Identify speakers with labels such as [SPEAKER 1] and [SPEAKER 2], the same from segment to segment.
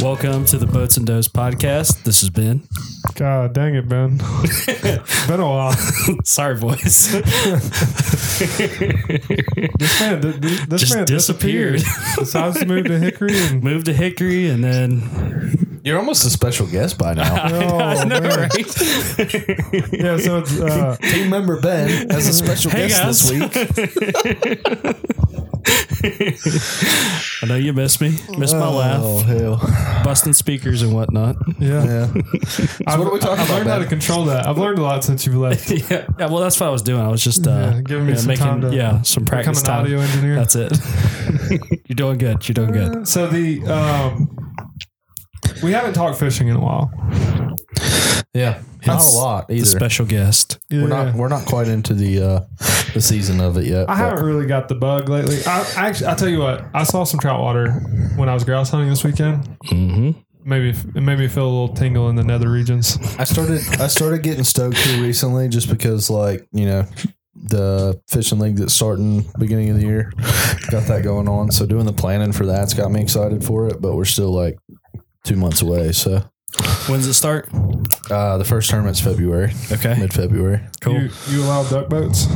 [SPEAKER 1] welcome to the Boats and Does podcast. This has been
[SPEAKER 2] God dang it, Ben. Been a while.
[SPEAKER 1] sorry, boys,
[SPEAKER 2] This man, th- th- this
[SPEAKER 1] Just
[SPEAKER 2] man disappeared.
[SPEAKER 1] disappeared.
[SPEAKER 2] Decides to move to Hickory and
[SPEAKER 1] moved to Hickory, and then
[SPEAKER 3] You're almost a special guest by now.
[SPEAKER 2] oh, man.
[SPEAKER 1] right?
[SPEAKER 2] yeah. So it's uh,
[SPEAKER 3] Team member Ben as a special
[SPEAKER 1] Hey,
[SPEAKER 3] guest this week.
[SPEAKER 1] I know you miss me, miss my
[SPEAKER 3] Oh
[SPEAKER 1] laugh,
[SPEAKER 3] hell!
[SPEAKER 1] busting speakers and whatnot.
[SPEAKER 2] yeah.
[SPEAKER 3] Yeah.
[SPEAKER 2] I've,
[SPEAKER 3] what are we talking
[SPEAKER 2] I've
[SPEAKER 3] about,
[SPEAKER 2] learned how
[SPEAKER 3] Ben?
[SPEAKER 2] to control that. I've learned a lot since you left.
[SPEAKER 1] Yeah, yeah, well, that's what I was doing. I was just uh,
[SPEAKER 2] Yeah, giving me
[SPEAKER 1] yeah,
[SPEAKER 2] some
[SPEAKER 1] making
[SPEAKER 2] time to
[SPEAKER 1] yeah some
[SPEAKER 2] Become
[SPEAKER 1] practice
[SPEAKER 2] an
[SPEAKER 1] time.
[SPEAKER 2] audio engineer.
[SPEAKER 1] That's it. You're doing good. You're doing good.
[SPEAKER 2] so the um, we haven't talked fishing in a while.
[SPEAKER 3] Yeah. Not a lot either.
[SPEAKER 1] The special guest.
[SPEAKER 2] Yeah.
[SPEAKER 3] We're not. We're not quite into the uh, the season of it yet.
[SPEAKER 2] I haven't really got the bug lately. I, I actually, I tell you what, I saw some trout water when I was grouse hunting this weekend.
[SPEAKER 1] Mm-hmm.
[SPEAKER 2] Maybe it made me feel a little tingle in the nether regions.
[SPEAKER 3] I started. I started getting stoked here recently, just because, like, you know, the fishing league that's starting beginning of the year got that going on. So doing the planning for that's got me excited for it. But we're still like two months away. So
[SPEAKER 1] When's it start?
[SPEAKER 3] uh, the first tournament's February,
[SPEAKER 1] Okay,
[SPEAKER 3] mid February.
[SPEAKER 1] cool.
[SPEAKER 2] You, you allow duck boats?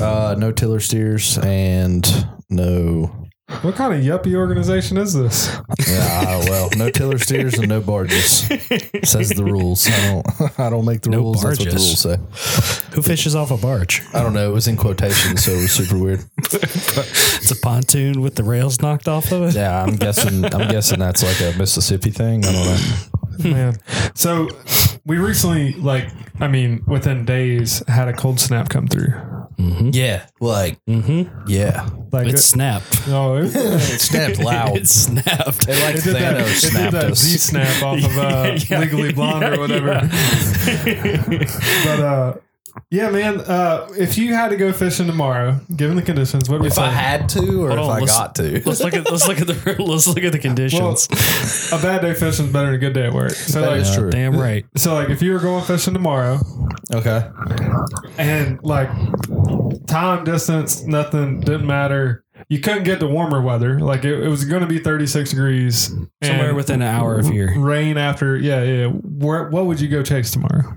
[SPEAKER 3] Uh, no tiller steers and no.
[SPEAKER 2] What kind of yuppie organization is this?
[SPEAKER 3] Yeah, uh, well, no tiller steers and no barges. Says the rules. I don't. I don't make the
[SPEAKER 1] No
[SPEAKER 3] rules. That's what
[SPEAKER 1] barges.
[SPEAKER 3] the rules say.
[SPEAKER 1] Who fishes off a barge?
[SPEAKER 3] I don't know. It was in quotations, so it was super weird.
[SPEAKER 1] It's a pontoon with the rails knocked off of it.
[SPEAKER 3] Yeah, I'm guessing. I'm guessing that's like a Mississippi thing. I don't know.
[SPEAKER 2] Man. So we recently, like, I mean, within days, had a cold snap come through.
[SPEAKER 3] Yeah, like
[SPEAKER 1] Hmm? Mm-hmm.
[SPEAKER 3] yeah,
[SPEAKER 2] Like,
[SPEAKER 1] It snapped.
[SPEAKER 2] oh, it, it
[SPEAKER 3] it snapped loud.
[SPEAKER 1] It snapped.
[SPEAKER 3] It like
[SPEAKER 2] did that,
[SPEAKER 3] Thanos
[SPEAKER 2] it did
[SPEAKER 3] snapped
[SPEAKER 2] that Z
[SPEAKER 3] us.
[SPEAKER 2] snap off of uh,
[SPEAKER 1] Yeah,
[SPEAKER 2] Legally Blonde
[SPEAKER 1] yeah,
[SPEAKER 2] or whatever. but, uh, yeah, man, uh, if you had to go fishing tomorrow, given the conditions, what would we
[SPEAKER 3] If
[SPEAKER 2] say?
[SPEAKER 3] I had to, or if
[SPEAKER 1] Hold on,
[SPEAKER 3] I
[SPEAKER 1] let's-
[SPEAKER 3] got to.
[SPEAKER 1] Let's look at let's look at the let's look at the
[SPEAKER 2] well,
[SPEAKER 1] conditions.
[SPEAKER 2] a bad day fishing is better than a good day at work. So,
[SPEAKER 3] That
[SPEAKER 2] like,
[SPEAKER 3] is true.
[SPEAKER 1] Damn right.
[SPEAKER 2] so like, if you were going fishing tomorrow,
[SPEAKER 3] Okay.
[SPEAKER 2] and like time, distance, nothing didn't matter. You couldn't get to warmer weather. Like it, it was going to be 36 degrees and
[SPEAKER 1] Somewhere within an hour of here.
[SPEAKER 2] rain after. Yeah, yeah. Where, what would you go chase tomorrow?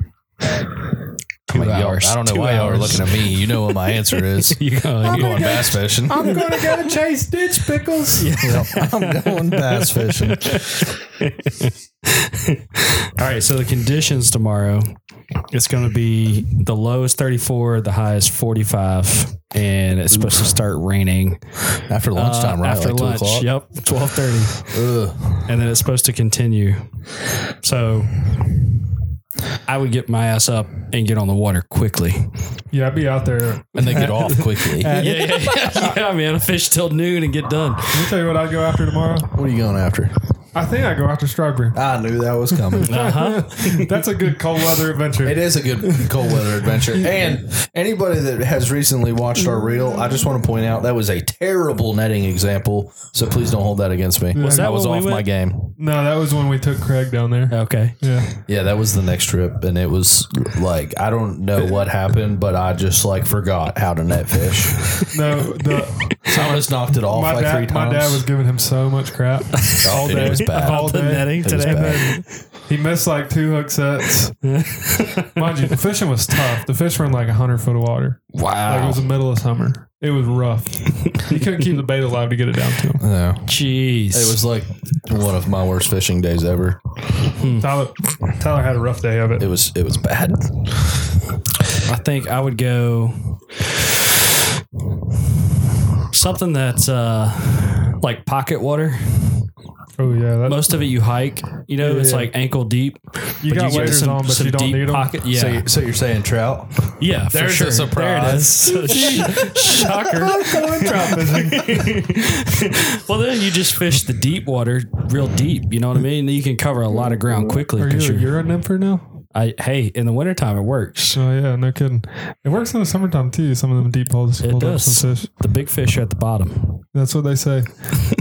[SPEAKER 1] Two
[SPEAKER 3] Like, y'all-
[SPEAKER 1] hours.
[SPEAKER 3] I don't know
[SPEAKER 1] Two
[SPEAKER 3] why y'all are
[SPEAKER 1] hours.
[SPEAKER 3] looking at me. You know what my answer is.
[SPEAKER 1] You go,
[SPEAKER 3] I'm
[SPEAKER 1] you-
[SPEAKER 3] going bass fishing.
[SPEAKER 1] Oh,
[SPEAKER 2] I'm going to go chase ditch pickles.
[SPEAKER 3] Yep, I'm going bass fishing.
[SPEAKER 1] All right, so the conditions tomorrow, it's going to be the low is 34, the high is 45, and it's supposed to start raining
[SPEAKER 3] After
[SPEAKER 1] uh,
[SPEAKER 3] lunchtime, right?
[SPEAKER 1] after
[SPEAKER 3] like
[SPEAKER 1] lunch.
[SPEAKER 3] two o'clock.
[SPEAKER 1] Yep, 12:30,
[SPEAKER 3] Ugh.
[SPEAKER 1] and then it's supposed to continue. So I would get my ass up and get on the water quickly.
[SPEAKER 2] Yeah, I'd be out there.
[SPEAKER 3] And they get off quickly.
[SPEAKER 1] Yeah, yeah, yeah, yeah man. I fish till noon and get done.
[SPEAKER 2] Let me tell you what I'd go after tomorrow.
[SPEAKER 3] What are you going after?
[SPEAKER 2] I think I'd go after strawberry.
[SPEAKER 3] I knew that was coming.
[SPEAKER 1] Uh huh.
[SPEAKER 2] That's a good cold weather adventure.
[SPEAKER 3] It is a good cold weather adventure. And anybody that has recently watched our reel, I just want to point out that was a terrible netting example. So please don't hold that against me.
[SPEAKER 1] Was that
[SPEAKER 3] I was
[SPEAKER 1] when we
[SPEAKER 3] off my
[SPEAKER 1] went?
[SPEAKER 3] game.
[SPEAKER 2] No, that was when we took Craig down there.
[SPEAKER 1] Okay.
[SPEAKER 2] Yeah.
[SPEAKER 3] Yeah, that was the next trip. And it was like, I don't know what happened, but I just like forgot how to net fish.
[SPEAKER 2] No, the
[SPEAKER 3] So I just knocked it off
[SPEAKER 2] my
[SPEAKER 3] like
[SPEAKER 2] dad,
[SPEAKER 3] three times.
[SPEAKER 2] My dad was giving him so much crap all
[SPEAKER 3] dude, it
[SPEAKER 2] day.
[SPEAKER 3] was bad.
[SPEAKER 2] All
[SPEAKER 1] About the
[SPEAKER 2] day.
[SPEAKER 1] netting
[SPEAKER 3] It was
[SPEAKER 1] today.
[SPEAKER 3] bad.
[SPEAKER 2] He missed like two hook sets. Mind you, the fishing was tough. The fish were in like 100 foot of water. Like it
[SPEAKER 3] Wow.
[SPEAKER 2] was the middle of summer. It was rough. he couldn't keep the bait alive to get it down to him.
[SPEAKER 3] No.
[SPEAKER 1] Jeez.
[SPEAKER 3] It was like one of my worst fishing days ever.
[SPEAKER 1] Mm.
[SPEAKER 2] Tyler, Tyler had a rough day of
[SPEAKER 3] It
[SPEAKER 2] it.
[SPEAKER 3] was it was bad.
[SPEAKER 1] I think I would go something that's uh, like pocket water.
[SPEAKER 2] Oh, yeah. That,
[SPEAKER 1] Most of it you hike, you know,
[SPEAKER 2] Yeah,
[SPEAKER 1] it's
[SPEAKER 2] yeah.
[SPEAKER 1] like ankle deep.
[SPEAKER 2] you
[SPEAKER 1] but
[SPEAKER 2] got
[SPEAKER 1] get
[SPEAKER 2] waders on, but you don't need them.
[SPEAKER 1] pocket. Yeah,
[SPEAKER 3] So, you, so you're saying trout?
[SPEAKER 1] yeah, for
[SPEAKER 3] There's a
[SPEAKER 1] sure.
[SPEAKER 3] surprise.
[SPEAKER 1] There it is. Sh- Shocker. well, then you just fish the deep water real deep. You know what I mean? Then you can cover a lot of ground quickly.
[SPEAKER 2] Are
[SPEAKER 1] 'cause
[SPEAKER 2] you a
[SPEAKER 1] you're-
[SPEAKER 2] Euro nympher now?
[SPEAKER 1] I, hey, in the wintertime, it works.
[SPEAKER 2] Oh, yeah. No kidding. It works in the summertime, too. Some of them deep holes.
[SPEAKER 1] It
[SPEAKER 2] pulled up
[SPEAKER 1] does.
[SPEAKER 2] some fish.
[SPEAKER 1] The big fish are at the bottom.
[SPEAKER 2] That's what they say.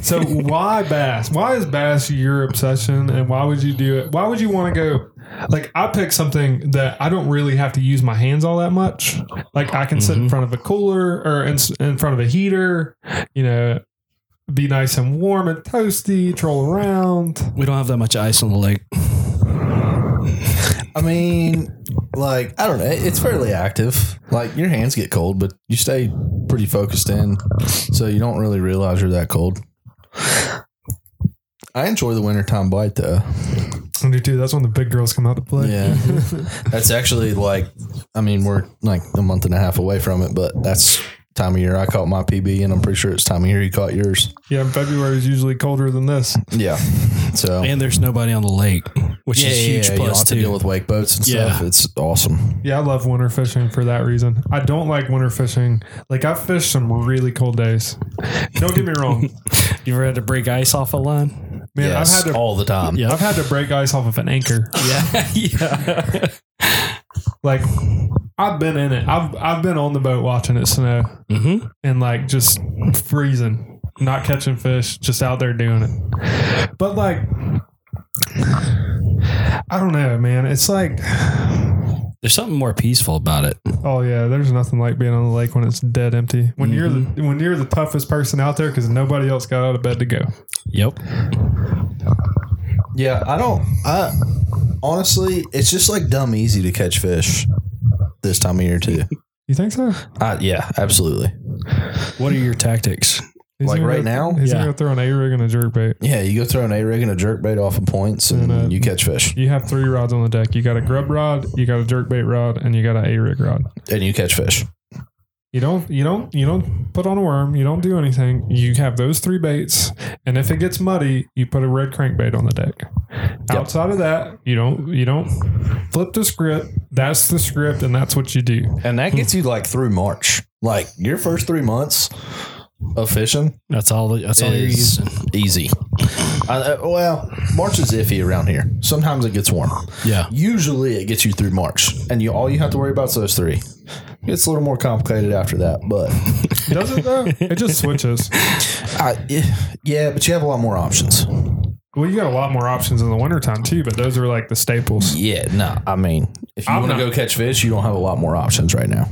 [SPEAKER 2] So why bass? Why is bass your obsession, and why would you do it? Why would you want to go? Like I pick something that I don't really have to use my hands all that much. Like I can sit in front of a cooler or in, in front of a heater. You know, be nice and warm and toasty, troll around.
[SPEAKER 1] We don't have that much ice on the lake.
[SPEAKER 3] I mean, like I don't know. It's fairly active. Like your hands get cold, but you stay pretty focused in, so you don't really realize you're that cold. I enjoy the wintertime bite though.
[SPEAKER 2] I do too. That's when the big girls come out to play.
[SPEAKER 3] Yeah, that's actually like, I mean, we're like a month and a half away from it, but that's time of year. I caught my PB, and I'm pretty sure it's time of year you caught yours.
[SPEAKER 2] Yeah, and February is usually colder than this.
[SPEAKER 3] Yeah, so
[SPEAKER 1] And there's nobody on the lake, which is huge
[SPEAKER 3] you don't
[SPEAKER 1] plus
[SPEAKER 3] have to deal
[SPEAKER 1] too.
[SPEAKER 3] with wake boats and
[SPEAKER 1] Yeah.
[SPEAKER 3] stuff. It's awesome.
[SPEAKER 2] Yeah, I love winter fishing for that reason. I don't like winter fishing. Like I've fished some really cold days. Don't get me wrong,
[SPEAKER 1] You ever had to break ice off a line?
[SPEAKER 2] man.
[SPEAKER 3] Yes,
[SPEAKER 2] I've had to
[SPEAKER 3] all the time.
[SPEAKER 1] Yeah.
[SPEAKER 2] I've had to break ice off of an anchor.
[SPEAKER 1] Yeah, yeah.
[SPEAKER 2] Like I've been in it. I've I've been on the boat watching it snow
[SPEAKER 1] Mm-hmm.
[SPEAKER 2] and like just freezing, not catching fish, just out there doing it. But like I don't know, man. It's like
[SPEAKER 1] There's something more peaceful about it.
[SPEAKER 2] Oh yeah, there's nothing like being on the lake when it's dead empty. When you're the
[SPEAKER 3] Mm-hmm.
[SPEAKER 2] when you're the toughest person out there because nobody else got out of bed to go.
[SPEAKER 1] Yep.
[SPEAKER 3] Yeah, I don't. I honestly, it's just like dumb easy to catch fish this time of year too.
[SPEAKER 2] You think so?
[SPEAKER 3] Uh, yeah, absolutely.
[SPEAKER 1] What are your tactics?
[SPEAKER 2] He's
[SPEAKER 3] Like
[SPEAKER 2] gonna
[SPEAKER 3] right
[SPEAKER 2] go-
[SPEAKER 3] now?
[SPEAKER 2] he's
[SPEAKER 1] Yeah.
[SPEAKER 2] gonna go throw an a rig and a jerk bait.
[SPEAKER 3] Yeah, you go throw an a rig and a jerk bait off of points, and
[SPEAKER 2] And, uh,
[SPEAKER 3] you catch fish,
[SPEAKER 2] You have three rods on the deck. You got a grub rod, you got a jerk bait rod, and you got an a rig rod.
[SPEAKER 3] and you catch fish.
[SPEAKER 2] You don't you don't you don't put on a worm. You don't do anything. You have those three baits, and if it gets muddy, you put a red crankbait on the deck. Outside of that, you don't you don't flip the script. That's the script, and that's what you do.
[SPEAKER 3] And that gets you like through March. Like your first three months of fishing
[SPEAKER 1] That's all. That's all you're
[SPEAKER 3] is
[SPEAKER 1] using.
[SPEAKER 3] easy. I, uh, well, March is iffy around here. Sometimes it gets warm.
[SPEAKER 1] Yeah.
[SPEAKER 3] Usually it gets you through March, and you all you have to worry about is those three. It's a little more complicated after that, but
[SPEAKER 2] Does it though? uh, it just switches.
[SPEAKER 3] I, yeah, but you have a lot more options.
[SPEAKER 2] Well, you got a lot more options in the wintertime too, but those are like the staples.
[SPEAKER 3] Yeah, no, I mean, if you
[SPEAKER 2] I'm
[SPEAKER 3] want to
[SPEAKER 2] not-
[SPEAKER 3] go catch fish, you don't have a lot more options right now.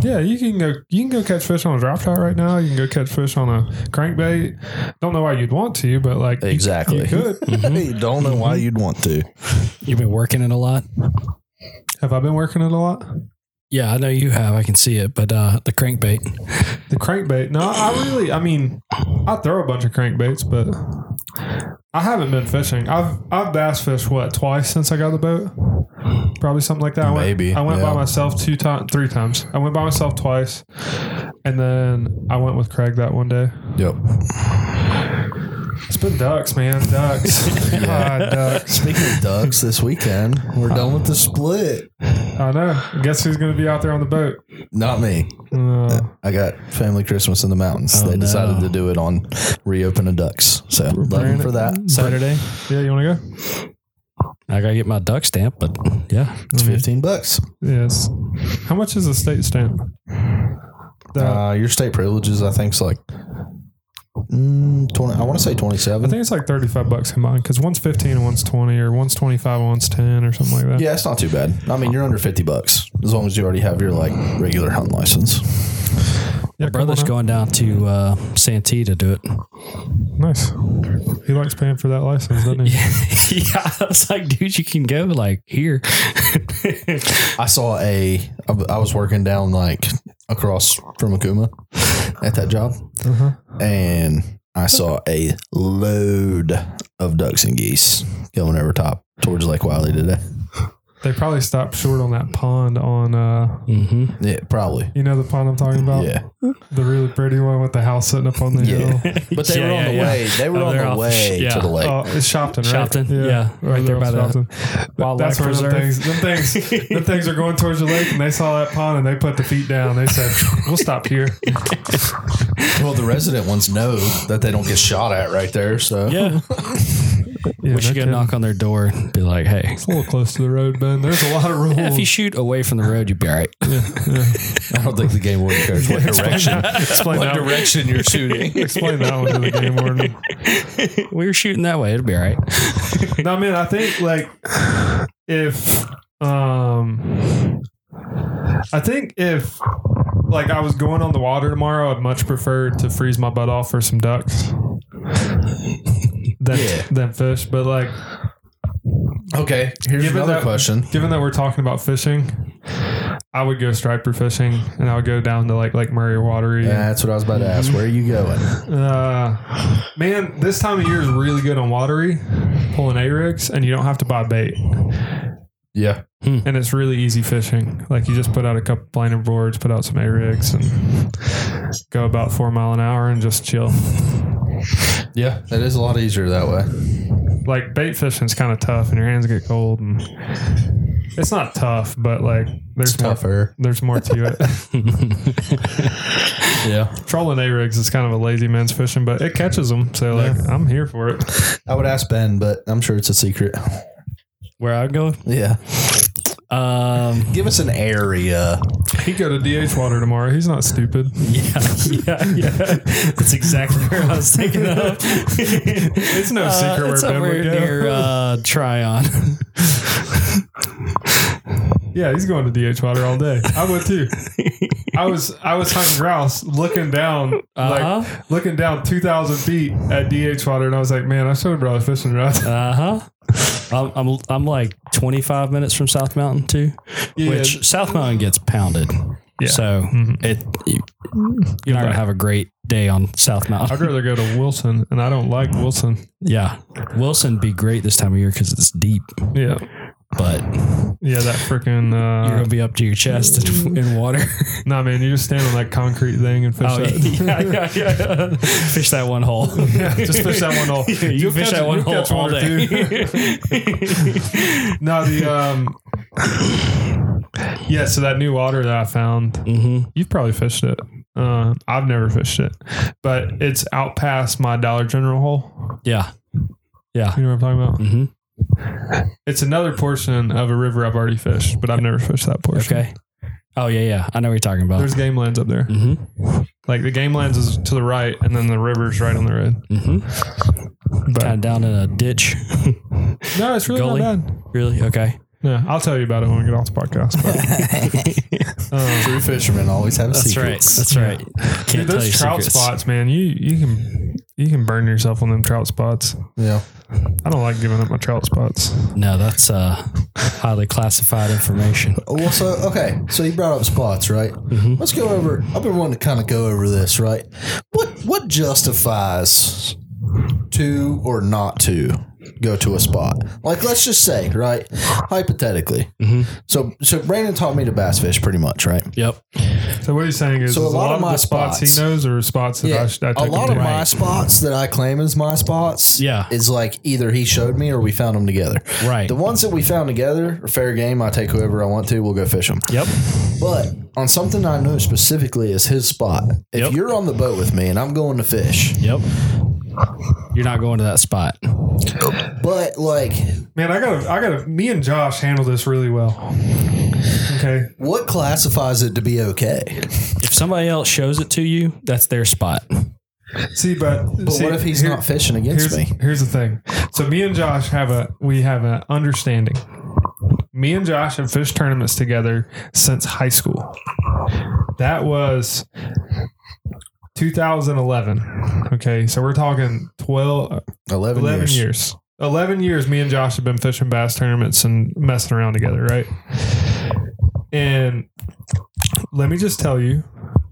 [SPEAKER 2] Yeah, you can go you can go catch fish on a drop shot right now. You can go catch fish on a crankbait. Don't know why you'd want to, but like you-
[SPEAKER 3] Exactly.
[SPEAKER 2] you could.
[SPEAKER 3] you don't know why you'd want to.
[SPEAKER 1] You've been working it a lot.
[SPEAKER 2] Have I been working it a lot?
[SPEAKER 1] Yeah, I know you have. I can see it. But uh, the crankbait.
[SPEAKER 2] The crankbait. No, I really I mean I throw a bunch of crankbaits, but I haven't been fishing. I've I've bass fished what twice since I got the boat. Probably something like that. I went-
[SPEAKER 3] Maybe,
[SPEAKER 2] I went
[SPEAKER 3] yeah.
[SPEAKER 2] by myself two times, three times. I went by myself twice, and then I went with Craig that one day.
[SPEAKER 3] Yep.
[SPEAKER 2] It's been ducks, man. Ducks. God, ducks.
[SPEAKER 3] Speaking of ducks, this weekend we're done with the split.
[SPEAKER 2] I know. Guess who's going to be out there on the boat?
[SPEAKER 3] Not me.
[SPEAKER 2] Uh,
[SPEAKER 3] I got family Christmas in the mountains.
[SPEAKER 1] Oh,
[SPEAKER 3] they decided
[SPEAKER 1] no.
[SPEAKER 3] to do it on reopen of ducks. So love 'em for that.
[SPEAKER 1] Saturday.
[SPEAKER 2] yeah, you want to
[SPEAKER 1] I gotta get my duck stamp. But yeah,
[SPEAKER 3] It's fifteen bucks.
[SPEAKER 2] go? Yes. How much is a state stamp? The-
[SPEAKER 3] Uh, your state privileges, I think, is like mm, twenty. I want to say
[SPEAKER 2] I
[SPEAKER 3] twenty-seven.
[SPEAKER 2] think it's like thirty-five bucks combined because one's fifteen and one's twenty, or one's twenty-five and one's ten, or something like that.
[SPEAKER 3] yeah, it's not too bad. I mean, you're under fifty bucks as long as you already have your like regular hunt license.
[SPEAKER 2] yeah
[SPEAKER 1] my brother's
[SPEAKER 2] come
[SPEAKER 1] going
[SPEAKER 2] on
[SPEAKER 1] down to uh, Santee to do it.
[SPEAKER 2] out. Nice. He likes paying for that license, doesn't he?
[SPEAKER 1] yeah, I was like, dude, you can go like here.
[SPEAKER 3] I saw a. I I was working down like across from Akuma at that job,
[SPEAKER 2] Uh-huh.
[SPEAKER 1] Mm-hmm.
[SPEAKER 3] and I saw a load of ducks and geese going over top towards Lake Wiley today.
[SPEAKER 2] They probably stopped short on that pond on, uh,
[SPEAKER 1] hmm
[SPEAKER 3] Yeah, probably.
[SPEAKER 2] you know, the pond I'm talking
[SPEAKER 1] Oh.
[SPEAKER 2] about,
[SPEAKER 3] Yeah,
[SPEAKER 2] the really pretty one with the house sitting up on the
[SPEAKER 3] Yeah.
[SPEAKER 2] hill.
[SPEAKER 3] but they
[SPEAKER 1] Yeah,
[SPEAKER 3] were on
[SPEAKER 1] yeah,
[SPEAKER 3] the
[SPEAKER 1] yeah.
[SPEAKER 3] way. They were
[SPEAKER 1] Oh,
[SPEAKER 3] on
[SPEAKER 1] they're
[SPEAKER 3] the
[SPEAKER 1] off-
[SPEAKER 3] way
[SPEAKER 1] yeah.
[SPEAKER 3] to the lake.
[SPEAKER 2] Oh, it's Shopton, right?
[SPEAKER 1] Shopton, yeah. Right
[SPEAKER 2] Over
[SPEAKER 1] there by the
[SPEAKER 2] Shopton.
[SPEAKER 1] wildlife
[SPEAKER 2] That's where them
[SPEAKER 1] preserve.
[SPEAKER 2] things, them things, them things are going towards the lake, and they saw that pond and they put the feet down. They said, "We'll stop here."
[SPEAKER 3] Well, the resident ones know that they don't get shot at right there. So
[SPEAKER 1] Yeah, we should
[SPEAKER 2] Yeah, no
[SPEAKER 1] go
[SPEAKER 2] kidding.
[SPEAKER 1] knock on their door and be like, hey.
[SPEAKER 2] It's a little close to the road, Ben. There's a lot of rules.
[SPEAKER 1] If you shoot away from the road, you'd be all right.
[SPEAKER 3] I don't think the game warden cares what direction,
[SPEAKER 2] explain,
[SPEAKER 3] what
[SPEAKER 2] that one.
[SPEAKER 3] direction you're shooting.
[SPEAKER 2] explain that one to the game warden.
[SPEAKER 1] we were shooting that way, it'd be all right.
[SPEAKER 2] No, man, I think like if um, I think if like I was going on the water tomorrow, I'd much prefer to freeze my butt off for some ducks. than
[SPEAKER 3] Yeah.
[SPEAKER 2] than fish. But like,
[SPEAKER 3] Okay, here's
[SPEAKER 2] Given
[SPEAKER 3] another
[SPEAKER 2] that-
[SPEAKER 3] question.
[SPEAKER 2] given that we're talking about fishing, I would go striper fishing, and I would go down to like Lake Murray or Watery.
[SPEAKER 3] Yeah, that's what I was about to ask. Where are you going?
[SPEAKER 2] Uh, man, this time of year is really good on Watery, pulling a rigs, and you don't have to buy bait,
[SPEAKER 3] Yeah,
[SPEAKER 2] and it's really easy fishing. Like you just put out a couple liner boards, put out some a rigs, and go about four mile an hour and just chill.
[SPEAKER 3] yeah, that is a lot easier that way.
[SPEAKER 2] like bait fishing's kind of tough and your hands get cold and it's not tough but like there's
[SPEAKER 3] It's
[SPEAKER 2] more
[SPEAKER 3] tougher.
[SPEAKER 2] there's more to it
[SPEAKER 3] Yeah,
[SPEAKER 2] trolling a rigs is kind of a lazy man's fishing but it catches them so like i'm here for it
[SPEAKER 3] I would ask Ben, but I'm sure it's a secret.
[SPEAKER 1] Where I go?
[SPEAKER 3] Yeah,
[SPEAKER 1] Um,
[SPEAKER 3] give us an area.
[SPEAKER 2] he go to dh water tomorrow he's not stupid
[SPEAKER 1] yeah, yeah, yeah. That's exactly where I was thinking of. Uh,
[SPEAKER 2] it's no secret
[SPEAKER 1] it's
[SPEAKER 2] where ben
[SPEAKER 1] over
[SPEAKER 2] would go.
[SPEAKER 1] near uh, Tryon.
[SPEAKER 2] yeah he's going to dh water all day i would too i was i was hunting grouse looking down
[SPEAKER 1] Uh-huh.
[SPEAKER 2] like looking down 2000 feet at dh water and i was like man i should have brought a fishing rod
[SPEAKER 1] Uh huh. I'm, I'm I'm like 25 minutes from South Mountain too,
[SPEAKER 2] Yeah.
[SPEAKER 1] which South Mountain gets pounded.
[SPEAKER 2] Yeah.
[SPEAKER 1] So
[SPEAKER 2] Mm-hmm.
[SPEAKER 1] it you, you're not gonna have a great day on South Mountain.
[SPEAKER 2] i'd rather go to wilson and i don't like wilson
[SPEAKER 1] Yeah, Wilson be great this time of year because it's deep,
[SPEAKER 2] yeah
[SPEAKER 1] but
[SPEAKER 2] Yeah, that freaking.
[SPEAKER 1] you're
[SPEAKER 2] Uh,
[SPEAKER 1] gonna be up to your chest in, in water.
[SPEAKER 2] nah, man, you just stand on that concrete thing and fish
[SPEAKER 1] Oh,
[SPEAKER 2] that.
[SPEAKER 1] yeah, yeah, yeah. Fish that one hole.
[SPEAKER 2] Yeah, just fish that one hole.
[SPEAKER 1] you
[SPEAKER 2] You'll
[SPEAKER 1] fish
[SPEAKER 2] catch-
[SPEAKER 1] that one hole
[SPEAKER 2] you'll catch
[SPEAKER 1] all
[SPEAKER 2] one or
[SPEAKER 1] day.
[SPEAKER 2] No, the um. Yeah, so that new water that I found,
[SPEAKER 1] hmm
[SPEAKER 2] you've probably fished it. Uh, I've never fished it, but it's out past my Dollar General hole.
[SPEAKER 1] Yeah, yeah.
[SPEAKER 2] You know what I'm talking about?
[SPEAKER 1] hmm
[SPEAKER 2] It's another portion of a river I've already fished, but I've never fished that portion.
[SPEAKER 1] Okay. Oh yeah, yeah. I know what you're talking about.
[SPEAKER 2] There's game lands up there.
[SPEAKER 1] hmm
[SPEAKER 2] Like the game lands is to the right, and then the river's right on the road.
[SPEAKER 1] hmm
[SPEAKER 2] But-
[SPEAKER 1] Kind of down in a ditch.
[SPEAKER 2] No, it's really
[SPEAKER 1] Gully?
[SPEAKER 2] not bad.
[SPEAKER 1] really? Okay.
[SPEAKER 2] Yeah, I'll tell you about it when we get off the podcast. But, um,
[SPEAKER 3] True fishermen always have
[SPEAKER 1] That's right.
[SPEAKER 3] secrets.
[SPEAKER 1] That's right. Can't
[SPEAKER 2] dude,
[SPEAKER 1] tell you
[SPEAKER 2] those trout
[SPEAKER 1] secrets.
[SPEAKER 2] spots, man, you you can you can burn yourself on them trout spots.
[SPEAKER 3] Yeah,
[SPEAKER 2] I don't like giving up my trout spots.
[SPEAKER 1] No, that's uh, highly classified information.
[SPEAKER 3] Oh, Well, so okay, so you brought up spots, right?
[SPEAKER 1] Mm-hmm.
[SPEAKER 3] Let's go over. I've been wanting to kind of go over this, right? What what justifies to or not to go to a spot? Like, let's just say, right? Hypothetically,
[SPEAKER 1] Mm-hmm.
[SPEAKER 3] so so Brandon taught me to bass fish, pretty much, right?
[SPEAKER 1] Yep.
[SPEAKER 2] So what he's saying is,
[SPEAKER 3] So
[SPEAKER 2] is a lot, of, my the spots,
[SPEAKER 3] spots-
[SPEAKER 2] he knows are spots that I,
[SPEAKER 3] Yeah,
[SPEAKER 2] sh- I took
[SPEAKER 3] a lot of
[SPEAKER 2] him to.
[SPEAKER 3] my spots that I claim as my spots,
[SPEAKER 1] Yeah.
[SPEAKER 3] is like either he showed me or we found them together.
[SPEAKER 1] Right.
[SPEAKER 3] The ones that we found together are fair game. I take whoever I want to. We'll go fish them.
[SPEAKER 1] Yep.
[SPEAKER 3] But on something I know specifically is his spot. If
[SPEAKER 1] Yep.
[SPEAKER 3] you're on the boat with me and I'm going to fish,
[SPEAKER 1] Yep. You're not going to that spot.
[SPEAKER 3] but like,
[SPEAKER 2] Man, I gotta, I gotta. Me and Josh handle this really well. Okay,
[SPEAKER 3] what classifies it to be okay?
[SPEAKER 1] If somebody else shows it to you, that's their spot.
[SPEAKER 2] see, but
[SPEAKER 3] But what if he's not fishing against
[SPEAKER 2] Here's,
[SPEAKER 3] me?
[SPEAKER 2] here's the thing. So me and Josh have a we have an understanding. Me and Josh have fished tournaments together since high school. That was 2011. Okay, so we're talking 12,
[SPEAKER 3] 11,
[SPEAKER 2] 11
[SPEAKER 3] years.
[SPEAKER 2] years. 11 years, me and Josh have been fishing bass tournaments and messing around together, right? And let me just tell you,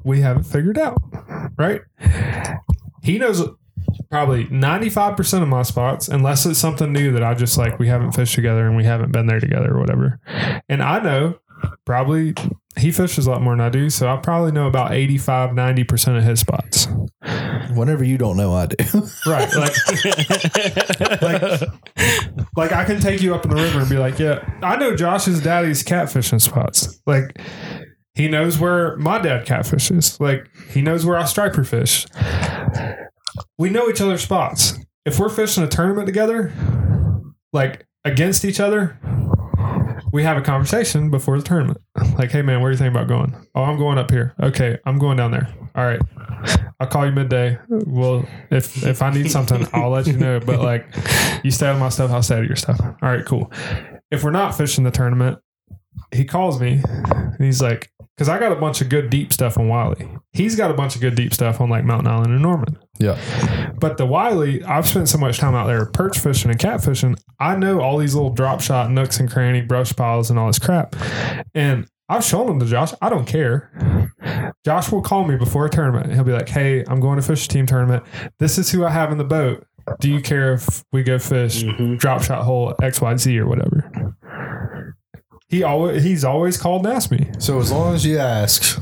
[SPEAKER 2] we have it figured out, right? He knows probably 95% of my spots, unless it's something new that I just like, we haven't fished together and we haven't been there together or whatever. And I know probably he fishes a lot more than I do. So I probably know about 85, 90% of his spots.
[SPEAKER 3] Whenever you don't know, I do.
[SPEAKER 2] Right. Like, like, like I can take you up in the river and be like, yeah, I know Josh's daddy's catfishing spots. Like, he knows where my dad catfishes. Like, he knows where I striper fish. We know each other's spots. If we're fishing a tournament together, like against each other, we have a conversation before the tournament. Like, hey man, where are you thinking about going? Oh, I'm going up here. Okay, I'm going down there. All right. I'll call you midday. Well, if if I need something, I'll let you know. But like, you stay with my stuff, I'll stay with your stuff. All right, cool. If we're not fishing the tournament, he calls me and he's like, because I got a bunch of good deep stuff on Wiley. He's got a bunch of good deep stuff on like Mountain Island and Norman.
[SPEAKER 3] Yeah.
[SPEAKER 2] But the Wiley, I've spent so much time out there perch fishing and catfishing. I know all these little drop shot nooks and cranny brush piles and all this crap. And I've shown them to Josh. I don't care. Josh will call me before a tournament. and He'll be like, "Hey, I'm going to fish a team tournament. This is who I have in the boat. Do you care if we go fish drop shot hole X Y Z or whatever?" He always he's always called and asked me.
[SPEAKER 3] So as long as you ask,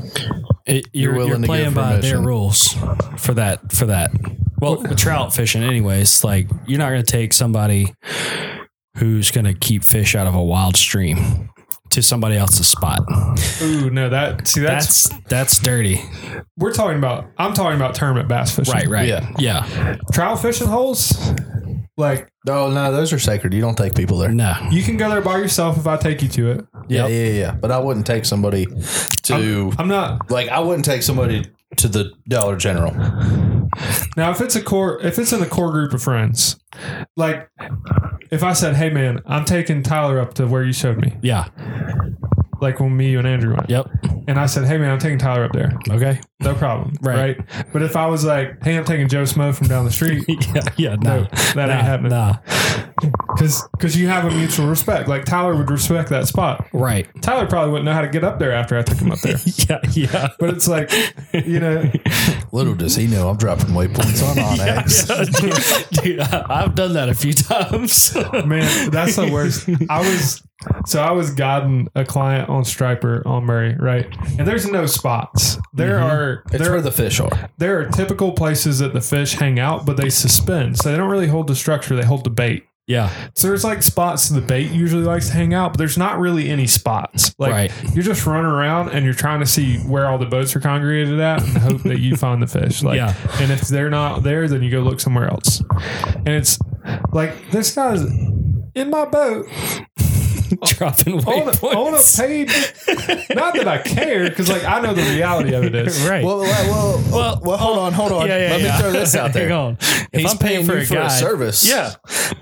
[SPEAKER 1] It, you're,
[SPEAKER 3] You're
[SPEAKER 1] you're,
[SPEAKER 3] willing to give
[SPEAKER 1] playing by their
[SPEAKER 3] permission.
[SPEAKER 1] rules for that. For that. Well, with trout fishing, anyways, like you're not going to take somebody who's going to keep fish out of a wild stream to somebody else's spot.
[SPEAKER 2] Ooh, no, that see that's,
[SPEAKER 1] That's that's, dirty.
[SPEAKER 2] we're talking about. I'm talking about tournament bass fishing,
[SPEAKER 1] Right. Right.
[SPEAKER 3] Yeah.
[SPEAKER 1] Yeah.
[SPEAKER 2] Trout fishing holes, like
[SPEAKER 3] no, Oh, no, those are sacred. You don't take people there.
[SPEAKER 1] No.
[SPEAKER 2] you can go there by yourself if I take you to it.
[SPEAKER 3] Yeah,
[SPEAKER 1] Yep.
[SPEAKER 3] yeah, yeah. But I wouldn't take somebody to
[SPEAKER 2] I'm not
[SPEAKER 3] like I wouldn't take somebody to the Dollar General.
[SPEAKER 2] Now, if it's a core, if it's in a core group of friends, like if I said, "Hey, man, I'm taking Tyler up to where you showed me,"
[SPEAKER 1] Yeah.
[SPEAKER 2] like when me, you, and Andrew went,
[SPEAKER 1] Yep.
[SPEAKER 2] and I said, "Hey, man, I'm taking Tyler up there,"
[SPEAKER 1] Okay.
[SPEAKER 2] no problem,
[SPEAKER 1] Right.
[SPEAKER 2] right? But if I was like, "Hey, I'm taking Joe Smo from down the street,"
[SPEAKER 1] yeah. Yeah.
[SPEAKER 2] no,
[SPEAKER 1] No.
[SPEAKER 2] that
[SPEAKER 1] nah,
[SPEAKER 2] ain't happening
[SPEAKER 1] Nah.
[SPEAKER 2] because you have a mutual respect. Like Tyler would respect that spot.
[SPEAKER 1] Right.
[SPEAKER 2] Tyler probably wouldn't know how to get up there after I took him up there.
[SPEAKER 1] Yeah. Yeah.
[SPEAKER 2] But it's like, you know,
[SPEAKER 3] Little does he know I'm dropping waypoints on Onyx.
[SPEAKER 1] dude, dude, I, I've done that a few times.
[SPEAKER 2] Man, that's the worst. I was so I was guiding a client on Striper on Murray, right? And there's no spots. There are
[SPEAKER 3] It's
[SPEAKER 2] there
[SPEAKER 3] where the fish are.
[SPEAKER 2] there are typical places that the fish hang out, but they suspend, so they don't really hold the structure. They hold the bait.
[SPEAKER 1] yeah.
[SPEAKER 2] So there's like spots the bait usually likes to hang out, but there's not really any spots. Like
[SPEAKER 1] Right.
[SPEAKER 2] you're just running around and you're trying to see where all the boats are congregated at and hope that you find the fish. Like
[SPEAKER 1] Yeah.
[SPEAKER 2] and if they're not there, then you go look somewhere else. And it's like this guy's in my boat
[SPEAKER 1] Dropping
[SPEAKER 2] on
[SPEAKER 1] weight
[SPEAKER 2] a, on a paid. Not that I care, because like I know the reality of it is
[SPEAKER 1] Right.
[SPEAKER 3] Well, well, well, well, hold on, hold on.
[SPEAKER 1] Yeah, yeah,
[SPEAKER 3] Let
[SPEAKER 1] yeah.
[SPEAKER 3] me throw this out there.
[SPEAKER 1] Hang on. If
[SPEAKER 3] He's
[SPEAKER 1] I'm paying, for,
[SPEAKER 3] you
[SPEAKER 1] a, guide,
[SPEAKER 3] service.
[SPEAKER 1] Yeah.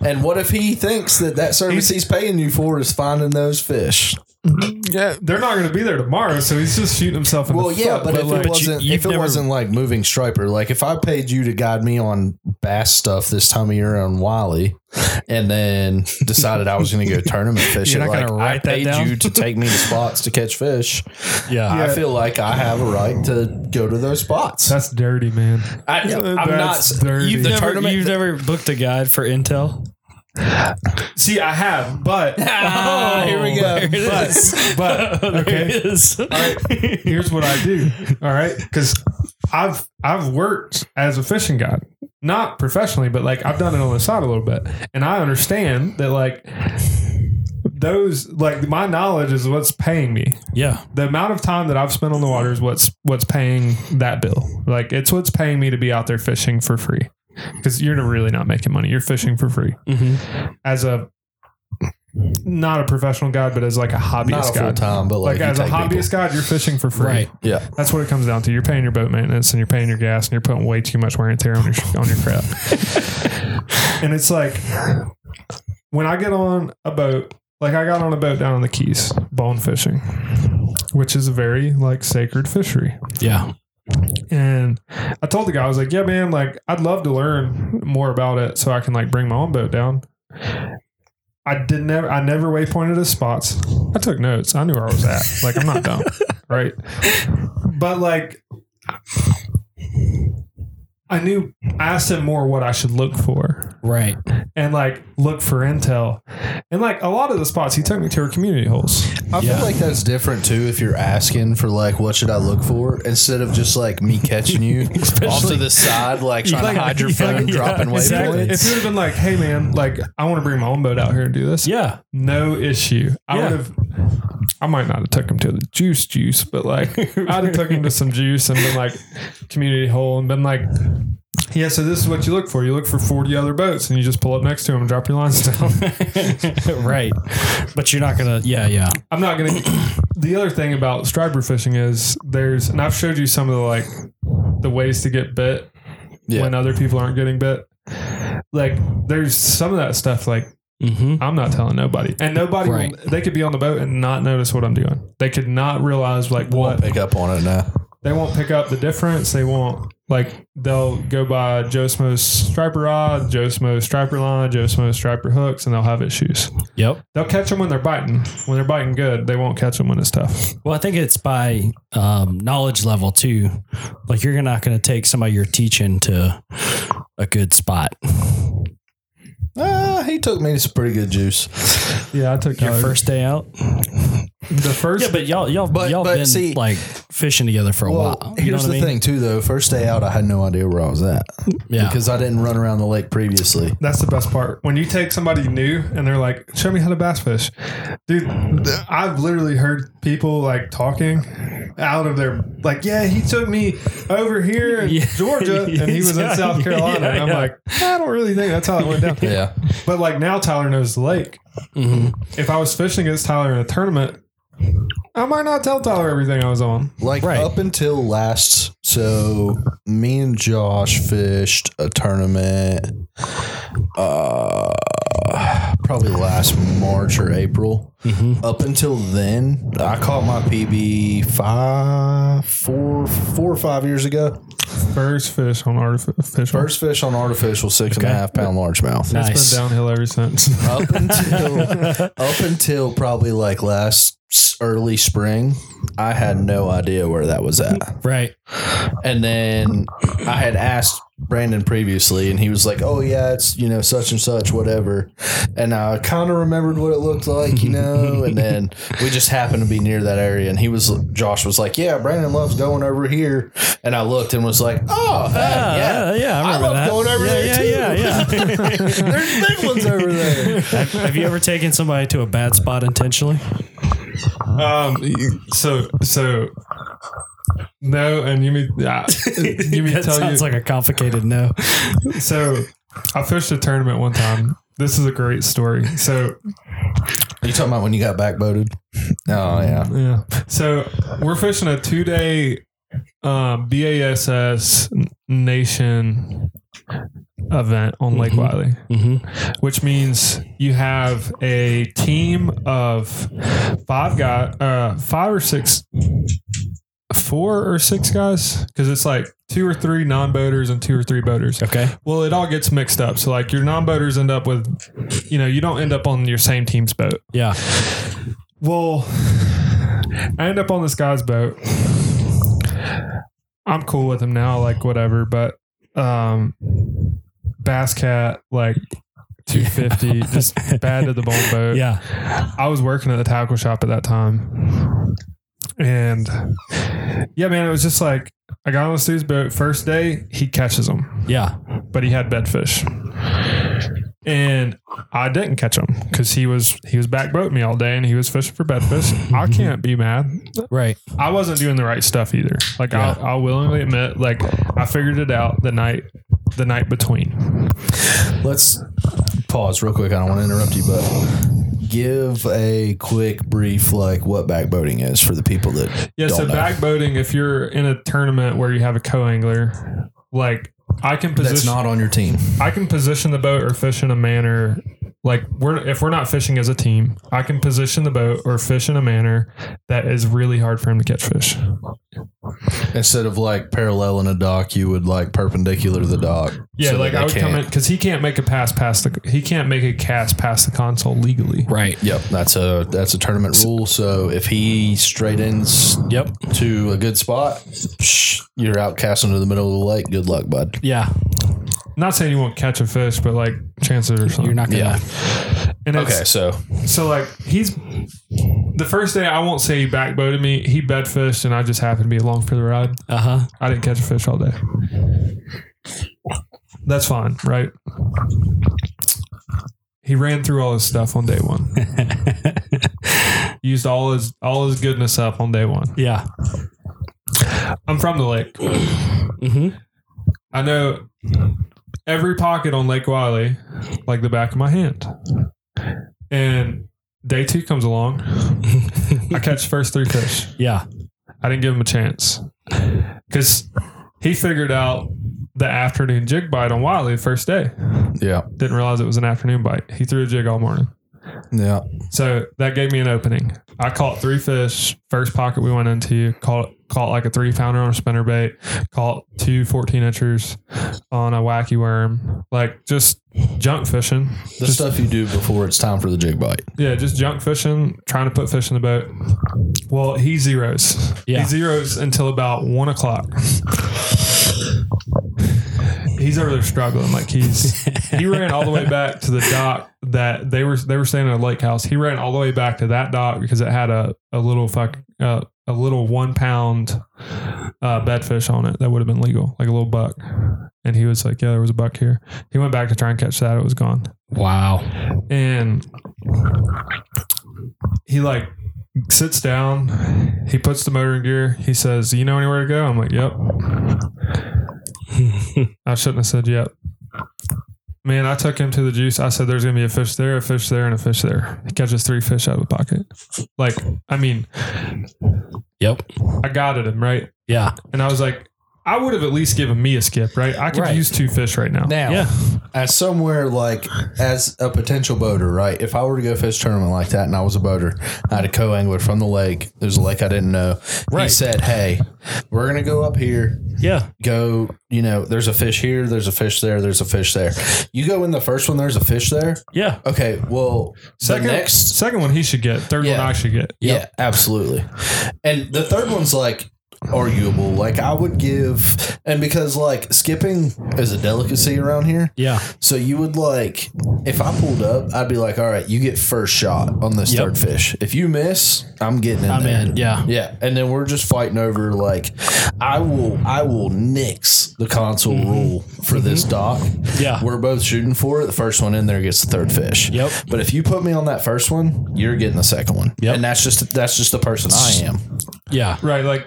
[SPEAKER 3] And what if he thinks that that service he's, paying you for is finding those fish?
[SPEAKER 1] Mm,
[SPEAKER 3] Yeah.
[SPEAKER 2] They're not going to be there tomorrow, so he's just shooting himself in
[SPEAKER 3] Well,
[SPEAKER 2] the
[SPEAKER 3] yeah,
[SPEAKER 2] foot.
[SPEAKER 3] but, if
[SPEAKER 2] like,
[SPEAKER 3] it wasn't,
[SPEAKER 1] you've
[SPEAKER 3] if it
[SPEAKER 1] never-
[SPEAKER 3] wasn't like moving striper, like if I paid you to guide me on bass stuff this time of year on Wiley, and then decided I was going to go tournament fishing,
[SPEAKER 1] not
[SPEAKER 3] like
[SPEAKER 1] gonna
[SPEAKER 3] I
[SPEAKER 1] write that
[SPEAKER 3] paid
[SPEAKER 1] down?
[SPEAKER 3] you to take me to spots to catch fish,
[SPEAKER 1] Yeah.
[SPEAKER 3] I feel like I have a right to go to those spots.
[SPEAKER 2] that's dirty, man.
[SPEAKER 3] I, I'm
[SPEAKER 2] That's
[SPEAKER 3] not.
[SPEAKER 2] dirty.
[SPEAKER 1] You've,
[SPEAKER 3] The
[SPEAKER 1] never,
[SPEAKER 3] tournament-
[SPEAKER 1] you've never booked a guide for Intel?
[SPEAKER 2] See, I have, but
[SPEAKER 3] Ah, here we go.
[SPEAKER 1] There it
[SPEAKER 2] but
[SPEAKER 1] is.
[SPEAKER 2] but
[SPEAKER 1] There
[SPEAKER 2] okay.
[SPEAKER 1] it is.
[SPEAKER 2] here's what I do. All right, because I've I've worked as a fishing guide, not professionally, but like I've done it on the side a little bit, and I understand that like those like my knowledge is what's paying me.
[SPEAKER 1] Yeah.
[SPEAKER 2] The amount of time that I've spent on the water is what's what's paying that bill. Like it's what's paying me to be out there fishing for free. Because you're really not making money. You're fishing for free
[SPEAKER 1] Mm-hmm.
[SPEAKER 2] as a not a professional guide, but as like a
[SPEAKER 3] Not
[SPEAKER 2] hobbyist
[SPEAKER 3] a full
[SPEAKER 2] guide.
[SPEAKER 3] time, but like,
[SPEAKER 2] Like,
[SPEAKER 3] you
[SPEAKER 2] as a
[SPEAKER 3] take
[SPEAKER 2] hobbyist
[SPEAKER 3] people.
[SPEAKER 2] guide, you're fishing for free.
[SPEAKER 1] Right.
[SPEAKER 3] Yeah.
[SPEAKER 2] That's what it comes down to. You're paying your boat maintenance and you're paying your gas and you're putting way too much wear and tear on your on your crap. and it's like when I get on a boat, like I got on a boat down on the Keys, bone fishing, which is a very like sacred fishery.
[SPEAKER 1] Yeah.
[SPEAKER 2] And I told the guy, I was like, yeah, man, like I'd love to learn more about it so I can like bring my own boat down. I didn't ever, I never waypointed his spots. I took notes. I knew where I was at. Like I'm not dumb. right. But like I knew I asked him more what I should look for
[SPEAKER 1] Right.
[SPEAKER 2] and like look for intel. And like a lot of the spots he took me to are community holes.
[SPEAKER 3] I
[SPEAKER 1] Yeah.
[SPEAKER 3] feel like that's different too if you're asking for like what should I look for instead of just like me catching you off to the side like trying
[SPEAKER 1] Like,
[SPEAKER 3] to hide your
[SPEAKER 1] yeah,
[SPEAKER 3] phone
[SPEAKER 1] yeah,
[SPEAKER 3] dropping
[SPEAKER 1] exactly.
[SPEAKER 3] waypoints.
[SPEAKER 2] If you would have been like, hey man, like I want to bring my own boat out here and do this.
[SPEAKER 1] Yeah.
[SPEAKER 2] no issue. I
[SPEAKER 1] Yeah.
[SPEAKER 2] would have. I might not have took him to the juice juice, but like I'd have took him to some juice and been like community hole and been like, yeah. So this is what you look for. You look for forty other boats and you just pull up next to them and drop your lines down.
[SPEAKER 1] right. But you're not going to. Yeah. Yeah.
[SPEAKER 2] I'm not gonna. The other thing about striper fishing is there's, and I've showed you some of the like the ways to get bit
[SPEAKER 3] Yeah.
[SPEAKER 2] when other people aren't getting bit. Like there's some of that stuff like
[SPEAKER 1] Mm-hmm.
[SPEAKER 2] I'm not telling nobody. And nobody,
[SPEAKER 1] Right.
[SPEAKER 2] they could be on the boat and not notice what I'm doing. They could not realize like what
[SPEAKER 3] Pick up on it now.
[SPEAKER 2] they won't pick up the difference. They won't like they'll go by Joe Smo's striper rod, Joe Smo's striper line, Joe Smo's striper hooks, and they'll have issues.
[SPEAKER 1] Yep.
[SPEAKER 2] They'll catch them when they're biting. When they're biting good, they won't catch them when it's tough.
[SPEAKER 1] Well, I think it's by um, knowledge level too. Like you're not going to take somebody you're teaching to a good spot.
[SPEAKER 3] Ah, he took me to some pretty good juice.
[SPEAKER 2] Yeah, I took
[SPEAKER 1] Your first day out.
[SPEAKER 2] The first,
[SPEAKER 1] Yeah, but y'all, y'all,
[SPEAKER 3] But-
[SPEAKER 1] y'all
[SPEAKER 3] but
[SPEAKER 1] been
[SPEAKER 3] see-
[SPEAKER 1] like fishing together for a while.
[SPEAKER 3] Well,
[SPEAKER 1] You know
[SPEAKER 3] here's
[SPEAKER 1] what I
[SPEAKER 3] the
[SPEAKER 1] mean?
[SPEAKER 3] thing too, though. First day out, I had no idea where I was at
[SPEAKER 1] Yeah.
[SPEAKER 3] because I didn't run around the lake previously.
[SPEAKER 2] that's the best part. When you take somebody new and they're like, "Show me how to bass fish," dude. th- I've literally heard people like talking out of their like, "Yeah, he took me over here in
[SPEAKER 1] Yeah.
[SPEAKER 2] Georgia, and he was in
[SPEAKER 1] Yeah,
[SPEAKER 2] South Carolina."
[SPEAKER 1] yeah,
[SPEAKER 2] and I'm
[SPEAKER 1] yeah.
[SPEAKER 2] like, I don't really think that's how it went down.
[SPEAKER 3] Yeah,
[SPEAKER 2] But like now, Tyler knows the lake.
[SPEAKER 1] Mhm.
[SPEAKER 2] If I was fishing against Tyler in a tournament, I might not tell Tyler everything I was on.
[SPEAKER 3] like
[SPEAKER 1] Right.
[SPEAKER 3] up until last. So me and Josh fished a tournament, uh, probably last March or April.
[SPEAKER 1] Mhm.
[SPEAKER 3] Up until then, I caught my PB five, four, four or five years ago.
[SPEAKER 2] First fish on artificial.
[SPEAKER 3] First fish on artificial, six and a half pound largemouth.
[SPEAKER 2] It's
[SPEAKER 1] Nice.
[SPEAKER 2] been downhill ever since.
[SPEAKER 3] up until up until probably like last s- early spring i had no idea where that was at
[SPEAKER 1] Right.
[SPEAKER 3] and then i had asked brandon previously and he was like oh yeah it's you know such and such whatever and i kind of remembered what it looked like you know and then we just happened to be near that area and he was josh was like yeah brandon loves going over here and i looked and was like oh hey,
[SPEAKER 2] Ah,
[SPEAKER 1] Uh, yeah.
[SPEAKER 3] yeah
[SPEAKER 1] yeah, I remember
[SPEAKER 3] love
[SPEAKER 1] that.
[SPEAKER 3] going over
[SPEAKER 1] yeah,
[SPEAKER 3] there,
[SPEAKER 1] yeah, yeah, yeah.
[SPEAKER 3] there's big ones over there
[SPEAKER 1] have, have you ever taken somebody to a bad spot intentionally?
[SPEAKER 2] Um, so so no, and you mean uh, you mean
[SPEAKER 1] that
[SPEAKER 2] tell you
[SPEAKER 1] sounds like a complicated no.
[SPEAKER 2] so. I fished a tournament one time. This is a great story. So
[SPEAKER 3] you talking about when you got backboated oh yeah
[SPEAKER 2] yeah, so we're fishing a two day um, BASS Nation event on Lake
[SPEAKER 1] Mhm.
[SPEAKER 2] Wiley.
[SPEAKER 1] Mm-hmm.
[SPEAKER 2] which means you have a team of five guy, uh, five or six, four or six guys, because it's like two or three non boaters and two or three boaters.
[SPEAKER 1] Okay.
[SPEAKER 2] Well, it all gets mixed up. So like your non boaters end up with, you know, you don't end up on your same team's boat.
[SPEAKER 1] Yeah.
[SPEAKER 2] Well, I end up on this guy's boat. I'm cool with him now, like whatever, but um Bass Cat, like 250, just bad to the bone boat.
[SPEAKER 1] Yeah.
[SPEAKER 2] I was working at the tackle shop at that time. And yeah, man, it was just like I got on this dude's boat first day, he catches them,
[SPEAKER 1] Yeah.
[SPEAKER 2] but he had bedfish. And I didn't catch him because he was he was back boating me all day and he was fishing for bedfish. I can't be mad.
[SPEAKER 1] Right.
[SPEAKER 2] I wasn't doing the right stuff either. Like
[SPEAKER 1] Yeah.
[SPEAKER 2] I'll, I'll willingly admit, like I figured it out the night, the night between.
[SPEAKER 3] Let's pause real quick. I don't want to interrupt you, but give a quick brief like what backboating is for the people that
[SPEAKER 2] Yeah.
[SPEAKER 3] don't
[SPEAKER 2] so
[SPEAKER 3] know.
[SPEAKER 2] back boating, if you're in a tournament where you have a co-angler, like I can
[SPEAKER 3] that's
[SPEAKER 2] position,
[SPEAKER 3] not on your team.
[SPEAKER 2] I can position the boat or fish in a manner like we're if we're not fishing as a team, I can position the boat or fish in a manner that is really hard for him to catch fish.
[SPEAKER 3] Instead of like paralleling a dock, you would like perpendicular to the dock.
[SPEAKER 2] Yeah,
[SPEAKER 3] so that
[SPEAKER 2] like
[SPEAKER 3] they
[SPEAKER 2] I would come in
[SPEAKER 3] can't-
[SPEAKER 2] because he can't make a pass past the he can't make a cast past the console legally.
[SPEAKER 1] Right.
[SPEAKER 3] Yep, that's a that's a tournament rule. So if he straightens
[SPEAKER 1] Yep.
[SPEAKER 3] to a good spot, psh, you're out casting to the middle of the lake. Good luck, bud.
[SPEAKER 1] Yeah.
[SPEAKER 2] Not saying you won't catch a fish, but like chances are something.
[SPEAKER 1] You're not gonna.
[SPEAKER 3] Yeah.
[SPEAKER 2] And it's,
[SPEAKER 3] Okay, so
[SPEAKER 2] So like he's the first day I won't say he backboated me. He bedfished and I just happened to be along for the ride.
[SPEAKER 1] Uh huh.
[SPEAKER 2] I didn't catch a fish all day. That's fine, right? He ran through all his stuff on day one. Used all his all his goodness up on day one.
[SPEAKER 1] Yeah.
[SPEAKER 2] I'm from the lake.
[SPEAKER 1] Mm-hmm.
[SPEAKER 2] I know every pocket on Lake Wiley like the back of my hand. And day two comes along. I catch first three fish.
[SPEAKER 1] Yeah.
[SPEAKER 2] I didn't give him a chance because he figured out the afternoon jig bite on Wiley first day.
[SPEAKER 3] Yeah.
[SPEAKER 2] Didn't realize it was an afternoon bite. He threw a jig all morning.
[SPEAKER 3] Yeah.
[SPEAKER 2] So that gave me an opening. I caught three fish. First pocket we went into, caught caught like a three pounder on a spinner bait, caught two 14 inchers on a wacky worm. Like just junk fishing.
[SPEAKER 3] The stuff you do before it's time for the jig bite.
[SPEAKER 2] Yeah, just junk fishing, trying to put fish in the boat. Well, he zeros.
[SPEAKER 1] Yeah.
[SPEAKER 2] He zeros until about one o'clock. He's over there struggling. Like he's he ran all the way back to the dock that they were they were staying at a lake house. He ran all the way back to that dock because it had a a little fuck uh, a little one pound uh, bedfish on it that would have been legal, like a little buck. And he was like, "Yeah, there was a buck here." He went back to try and catch that. It was gone
[SPEAKER 1] Wow.
[SPEAKER 2] and he like sits down he puts the motor in gear he says you know anywhere to go i'm like yep i shouldn't have said yep man i took him to the juice i said there's gonna be a fish there a fish there and a fish there he catches three fish out of the pocket like i mean
[SPEAKER 1] Yep.
[SPEAKER 2] i got at him right
[SPEAKER 1] Yeah.
[SPEAKER 2] and i was like i would have at least given me a skip right i could
[SPEAKER 1] Right.
[SPEAKER 2] use two fish right now
[SPEAKER 3] Now,
[SPEAKER 1] Yeah.
[SPEAKER 3] as somewhere like as a potential boater, right? If I were to go fish tournament like that and I was a boater, I had a co angler from the lake. There's a lake I didn't know. He
[SPEAKER 1] Right.
[SPEAKER 3] said, Hey, we're gonna go up here,
[SPEAKER 1] Yeah.
[SPEAKER 3] go, you know, there's a fish here, there's a fish there, there's a fish there. You go in the first one, there's a fish there.
[SPEAKER 1] Yeah.
[SPEAKER 3] Okay, well
[SPEAKER 2] second
[SPEAKER 3] the next
[SPEAKER 2] second one he should get third
[SPEAKER 3] Yeah.
[SPEAKER 2] one i should get
[SPEAKER 3] yeah, absolutely. And the third one's like arguable. Like I would give and because like skipping is a delicacy around here.
[SPEAKER 1] Yeah.
[SPEAKER 3] So you would like if I pulled up, I'd be like, all right, you get first shot on this
[SPEAKER 1] Yep.
[SPEAKER 3] third fish. If you miss, I'm getting in
[SPEAKER 1] I'm
[SPEAKER 3] there.
[SPEAKER 1] in. Yeah.
[SPEAKER 3] Yeah, and then we're just fighting over like, I will, I will nix the console rule for this dock.
[SPEAKER 1] Mm-hmm. Yeah.
[SPEAKER 3] we're both shooting for it. The first one in there gets the third fish.
[SPEAKER 1] Yep.
[SPEAKER 3] But if you put me on that first one, you're getting the second one.
[SPEAKER 1] Yep.
[SPEAKER 3] And that's just that's just the person I am.
[SPEAKER 1] Yeah.
[SPEAKER 2] Right, like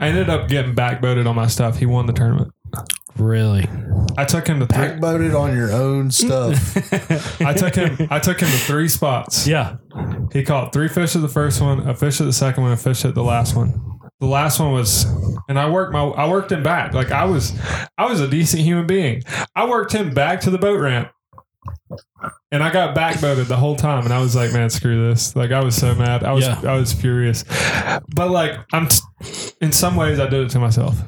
[SPEAKER 2] I ended up getting backboated on my stuff. He won the tournament.
[SPEAKER 1] Really.
[SPEAKER 2] I took him to three.
[SPEAKER 3] Backboated on your own stuff.
[SPEAKER 2] I took him. I took him to three spots.
[SPEAKER 1] Yeah.
[SPEAKER 2] He caught three fish at the first one, a fish at the second one, a fish at the last one. The last one was, and I worked my. I worked him back. Like I was, I was a decent human being. I worked him back to the boat ramp. And I got backboated the whole time, and I was like, "Man, screw this!" Like I was so mad, I was,
[SPEAKER 1] Yeah.
[SPEAKER 2] I was furious. But like, I'm, t- in some ways, I did it to myself.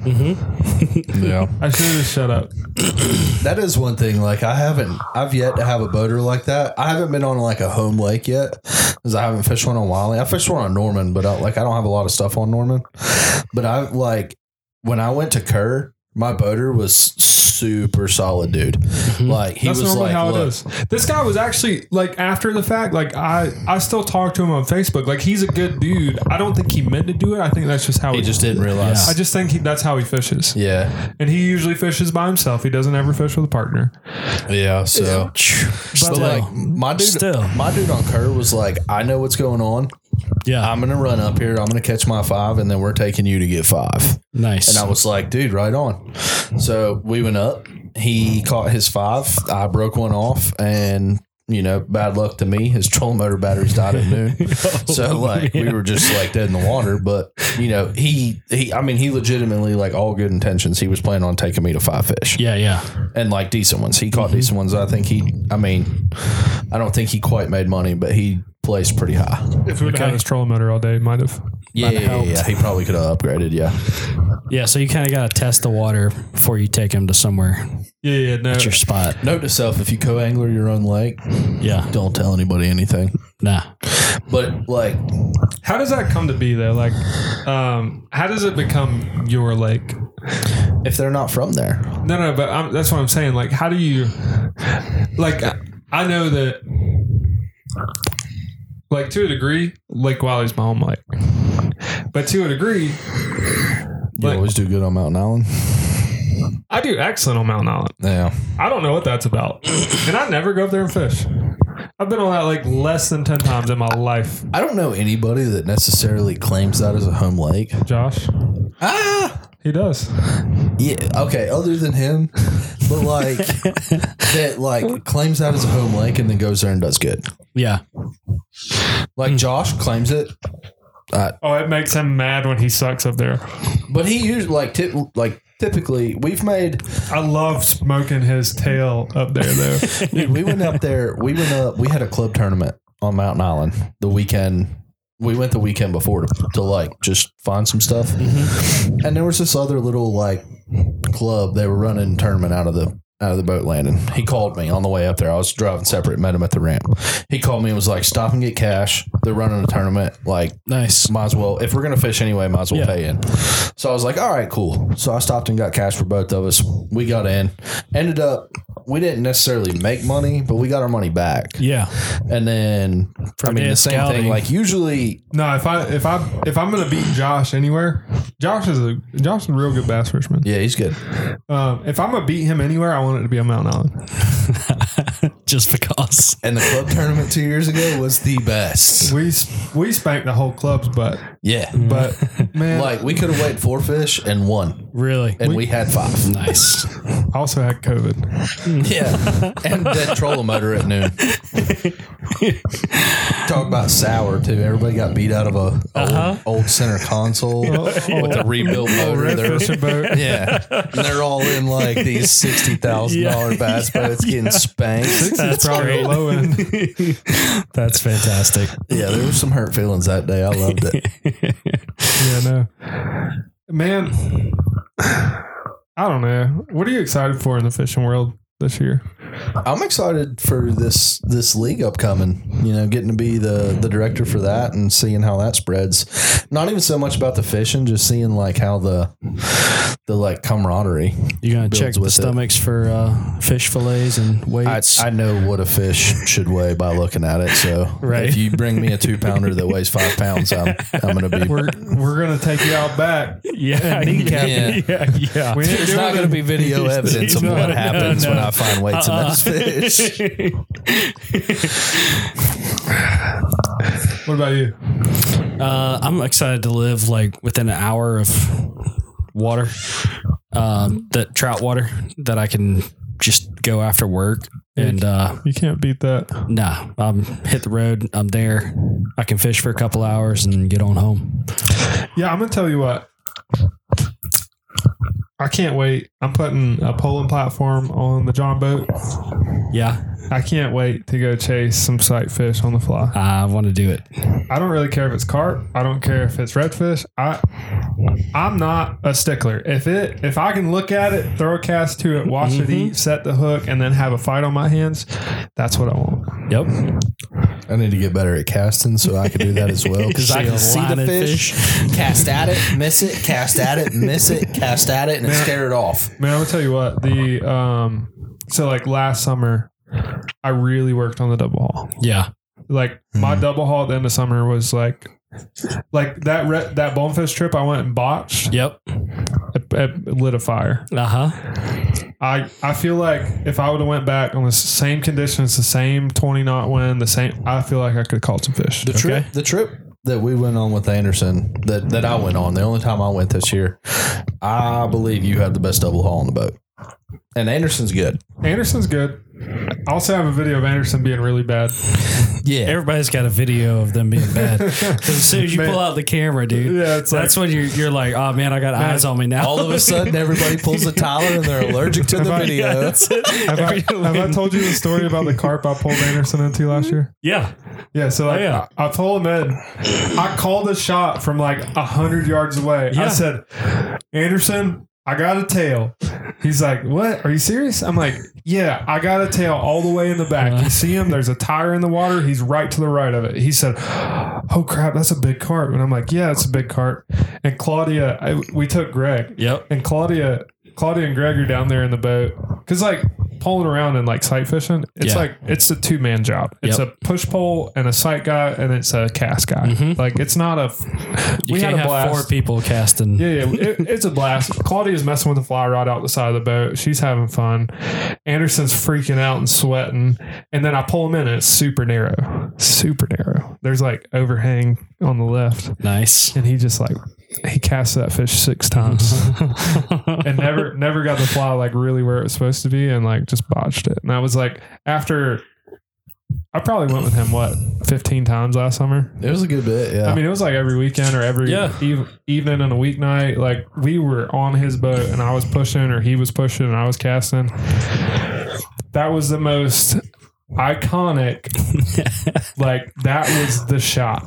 [SPEAKER 3] yeah.
[SPEAKER 2] I should have just shut up.
[SPEAKER 3] That is one thing. Like I haven't, I've yet to have a boater like that. I haven't been on like a home lake yet because I haven't fished one on Wiley. I fished one on Norman, but I, like I don't have a lot of stuff on Norman. But I like when I went to Kerr, my boater was super solid, dude. Like he
[SPEAKER 2] That's
[SPEAKER 3] was
[SPEAKER 2] normally
[SPEAKER 3] like,
[SPEAKER 2] how it
[SPEAKER 3] look,
[SPEAKER 2] is. This guy was actually like after the fact. Like I, I still talk to him on Facebook. Like he's a good dude. I don't think he meant to do it. I think that's just how
[SPEAKER 3] he just didn't realize.
[SPEAKER 2] I just think he, that's how he fishes.
[SPEAKER 3] Yeah,
[SPEAKER 2] And he usually fishes by himself. He doesn't ever fish with a partner.
[SPEAKER 3] yeah. so, but
[SPEAKER 1] Still.
[SPEAKER 3] like my dude,
[SPEAKER 1] Still.
[SPEAKER 3] my dude on Kerr was like, I know what's going on.
[SPEAKER 1] yeah.
[SPEAKER 3] I'm gonna run up here. I'm gonna catch my five, and then we're taking you to get five.
[SPEAKER 1] nice.
[SPEAKER 3] And I was like, dude, right on. So we went up. He caught his five. I broke one off and you know, bad luck to me. His trolling motor batteries died at noon. so like we were just like dead in the water. But you know, he he I mean he legitimately like all good intentions, he was planning on taking me to five fish.
[SPEAKER 1] yeah. Yeah.
[SPEAKER 3] And like decent ones. He caught decent ones. I think he I mean I don't think he quite made money, but he placed pretty high.
[SPEAKER 2] If we would have had his trolling motor all day, it might have.
[SPEAKER 3] Yeah, yeah, yeah. He probably could have upgraded, yeah.
[SPEAKER 1] Yeah. So you kind of got to test the water before you take him to somewhere
[SPEAKER 2] Yeah, yeah, no.
[SPEAKER 1] your spot.
[SPEAKER 3] Note to self if you co angler your own lake,
[SPEAKER 1] Yeah.
[SPEAKER 3] don't tell anybody anything.
[SPEAKER 1] Nah.
[SPEAKER 3] But like,
[SPEAKER 2] How does that come to be though? Like, um, how does it become your lake?
[SPEAKER 3] if they're not from there,
[SPEAKER 2] No, no, but I'm, that's what I'm saying. Like, how do you, like, I- I know that, like, to a degree, Lake Wiley's my home lake, but to a degree,
[SPEAKER 3] you
[SPEAKER 2] Like-
[SPEAKER 3] always do good on Mountain Island.
[SPEAKER 2] I do excellent on Mountain Island.
[SPEAKER 3] Yeah,
[SPEAKER 2] I don't know what that's about, and I never go up there and fish. I've been on that lake less than ten times in my life,
[SPEAKER 3] I don't know anybody that necessarily claims that as a home lake.
[SPEAKER 2] Josh.
[SPEAKER 3] Ah,
[SPEAKER 2] He does.
[SPEAKER 3] yeah, okay. Other than him, but like that, like claims that as a home lake and then goes there and does good.
[SPEAKER 1] Yeah.
[SPEAKER 3] Like Josh claims it,
[SPEAKER 2] Oh, it makes him mad when he sucks up there.
[SPEAKER 3] but he usually like tip like. typically we've made
[SPEAKER 2] I love smoking his tail up there though.
[SPEAKER 3] Dude, we went up there. We went up. We had a club tournament on Mountain Island the weekend. We went the weekend before to, to like just find some stuff.
[SPEAKER 1] Mm-hmm.
[SPEAKER 3] And there was this other little like club they were running a tournament out of the out of the boat landing. He called me on the way up there. I was driving separate, met him at the ramp. He called me and was like, "Stop and get cash. They're running a tournament. Like
[SPEAKER 1] Nice.
[SPEAKER 3] might as well if we're gonna fish anyway might as well
[SPEAKER 1] Yeah.
[SPEAKER 3] pay in so i was like all right cool so i stopped and got cash for both of us we got in ended up we didn't necessarily make money but we got our money back
[SPEAKER 1] Yeah.
[SPEAKER 3] and then i mean
[SPEAKER 1] day
[SPEAKER 3] the
[SPEAKER 1] of
[SPEAKER 3] same
[SPEAKER 1] scouting.
[SPEAKER 3] thing like usually
[SPEAKER 2] no, if I if I if I'm gonna beat Josh anywhere, Josh is a Josh is a real good bass fisherman.
[SPEAKER 3] yeah he's good
[SPEAKER 2] Um, if I'm gonna beat him anywhere, I want it to be on Mountain Island.
[SPEAKER 1] Just because.
[SPEAKER 3] and the club tournament two years ago was the best
[SPEAKER 2] We s- we spanked the whole club's butt,
[SPEAKER 3] yeah
[SPEAKER 2] but man,
[SPEAKER 3] like we could have weighed four fish and one
[SPEAKER 1] Really.
[SPEAKER 3] and we, had five
[SPEAKER 1] Nice.
[SPEAKER 2] I also had COVID.
[SPEAKER 3] yeah and that trolling motor at noon talk about sour too everybody got beat out of a old, old center console with the rebuilt motor They're-
[SPEAKER 2] Redfisher boat.
[SPEAKER 3] yeah and they're all in like these $60000
[SPEAKER 1] Yeah.
[SPEAKER 3] bass boats getting spanked
[SPEAKER 2] It's probably
[SPEAKER 1] great.
[SPEAKER 2] a low end.
[SPEAKER 1] That's fantastic.
[SPEAKER 3] yeah there was some hurt feelings that day i loved it
[SPEAKER 2] Yeah, no. Man, I don't know. What are you excited for in the fishing world this year?
[SPEAKER 3] i'm excited for this this league upcoming you know getting to be the the director for that and seeing how that spreads not even so much about the fishing just seeing like how the the like camaraderie
[SPEAKER 1] You gonna
[SPEAKER 3] Builds
[SPEAKER 1] check the
[SPEAKER 3] with it.
[SPEAKER 1] stomachs for uh, fish fillets and
[SPEAKER 3] I,
[SPEAKER 1] weights?
[SPEAKER 3] I know what a fish should weigh by looking at it. So
[SPEAKER 1] Right.
[SPEAKER 3] if you bring me a two pounder that weighs five pounds, I'm, I'm going to be.
[SPEAKER 2] We're we're gonna take you out back.
[SPEAKER 1] yeah, yeah,
[SPEAKER 3] kneecap.
[SPEAKER 1] yeah, yeah.
[SPEAKER 2] We ain't
[SPEAKER 3] There's not
[SPEAKER 2] doing
[SPEAKER 3] going to
[SPEAKER 2] it.
[SPEAKER 3] be video evidence of
[SPEAKER 1] No,
[SPEAKER 3] what
[SPEAKER 1] no,
[SPEAKER 3] happens
[SPEAKER 1] no.
[SPEAKER 3] when I find weights in those fish.
[SPEAKER 2] What about you?
[SPEAKER 1] Uh, I'm excited to live like within an hour of water, um, the trout water that I can just go after work and uh,
[SPEAKER 2] You can't beat that.
[SPEAKER 1] nah, I'm hit the road. I'm there. I can fish for a couple hours and get on home.
[SPEAKER 2] Yeah, I'm gonna tell you what. I can't wait. I'm putting a polling platform on the John boat.
[SPEAKER 1] Yeah,
[SPEAKER 2] I can't wait to go chase some sight fish on the fly.
[SPEAKER 1] I want to do it.
[SPEAKER 2] I don't really care if it's carp. I don't care if it's redfish. I I'm not a stickler. If it if I can look at it, throw a cast to it, watch it eat, set the hook, and then have a fight on my hands, that's what I want.
[SPEAKER 1] Yep,
[SPEAKER 3] I need to get better at casting so I can do that as well. Because I
[SPEAKER 1] See a
[SPEAKER 3] can see
[SPEAKER 1] line
[SPEAKER 3] the
[SPEAKER 1] of
[SPEAKER 3] fish, cast at it, miss it, cast at it, miss it, cast at it, and scare it off.
[SPEAKER 2] Man, I'm gonna tell you what, the um so like last summer I really worked on the double haul.
[SPEAKER 1] Yeah,
[SPEAKER 2] Like my double haul at the end of summer was like like that re- that bonefish trip I went and botched,
[SPEAKER 1] yep.
[SPEAKER 2] it, it lit a fire.
[SPEAKER 1] Uh huh.
[SPEAKER 2] I I feel like if I would have went back on the same conditions, the same twenty knot wind, the same, I feel like I could have caught some fish.
[SPEAKER 3] The trip,
[SPEAKER 1] Okay.
[SPEAKER 3] the trip that we went on with Anderson, that that I went on, the only time I went this year, I believe you had the best double haul on the boat. And Anderson's good.
[SPEAKER 2] Anderson's good. I also have a video of Anderson being really bad.
[SPEAKER 3] Yeah.
[SPEAKER 1] Everybody's got a video of them being bad. 'Cause as soon as you
[SPEAKER 2] Man.
[SPEAKER 1] pull out the camera, dude,
[SPEAKER 2] Yeah, it's
[SPEAKER 1] that's when you're you're like, oh man, I got eyes on me now.
[SPEAKER 3] All of a sudden, everybody pulls a Tyler and they're allergic to the
[SPEAKER 2] I-
[SPEAKER 1] yeah,
[SPEAKER 3] video.
[SPEAKER 1] that's it.
[SPEAKER 2] Have I, have I told you the story about the carp I pulled Anderson into last year?
[SPEAKER 1] yeah.
[SPEAKER 2] Yeah, so like,
[SPEAKER 1] Oh, yeah.
[SPEAKER 2] I, I pulled him in. I called a shot from like a hundred yards away.
[SPEAKER 1] Yeah.
[SPEAKER 2] I said, Anderson, I got a tail. He's like, What? Are you serious? I'm like, Yeah, I got a tail all the way in the back.
[SPEAKER 1] Uh-huh.
[SPEAKER 2] You see him? There's a tire in the water. He's right to the right of it. He said, Oh crap, that's a big carp. And I'm like, Yeah, it's a big carp. And Claudia, I, we took Greg
[SPEAKER 1] Yep.
[SPEAKER 2] and Claudia, Claudia and Greg are down there in the boat because like pulling around and like sight fishing, it's
[SPEAKER 1] Yeah.
[SPEAKER 2] like it's a two man job. It's
[SPEAKER 1] Yep.
[SPEAKER 2] a push pole and a sight guy and it's a cast guy. Like it's not a.
[SPEAKER 1] Mm-hmm. You
[SPEAKER 2] we had
[SPEAKER 1] can't
[SPEAKER 2] a
[SPEAKER 1] have
[SPEAKER 2] blast.
[SPEAKER 1] four people casting.
[SPEAKER 2] Yeah, yeah, it, it's a blast. Claudia's messing with the fly rod out the side of the boat. She's having fun. Anderson's freaking out and sweating. And then I pull him in, and it's super narrow, super narrow. There's like overhang on the left,
[SPEAKER 1] Nice.
[SPEAKER 2] and he just like he casts that fish six times
[SPEAKER 1] Mm-hmm.
[SPEAKER 2] and never never got the fly like really where it was supposed to be and like just botched it. And I was like after I probably went with him what 15 times last summer.
[SPEAKER 3] It was a good bit. Yeah.
[SPEAKER 2] I mean, it was like every weekend or every
[SPEAKER 1] Yeah.
[SPEAKER 2] eve- evening and a weeknight. Like we were on his boat and I was pushing, or he was pushing and I was casting. That was the most iconic. like that was the shot.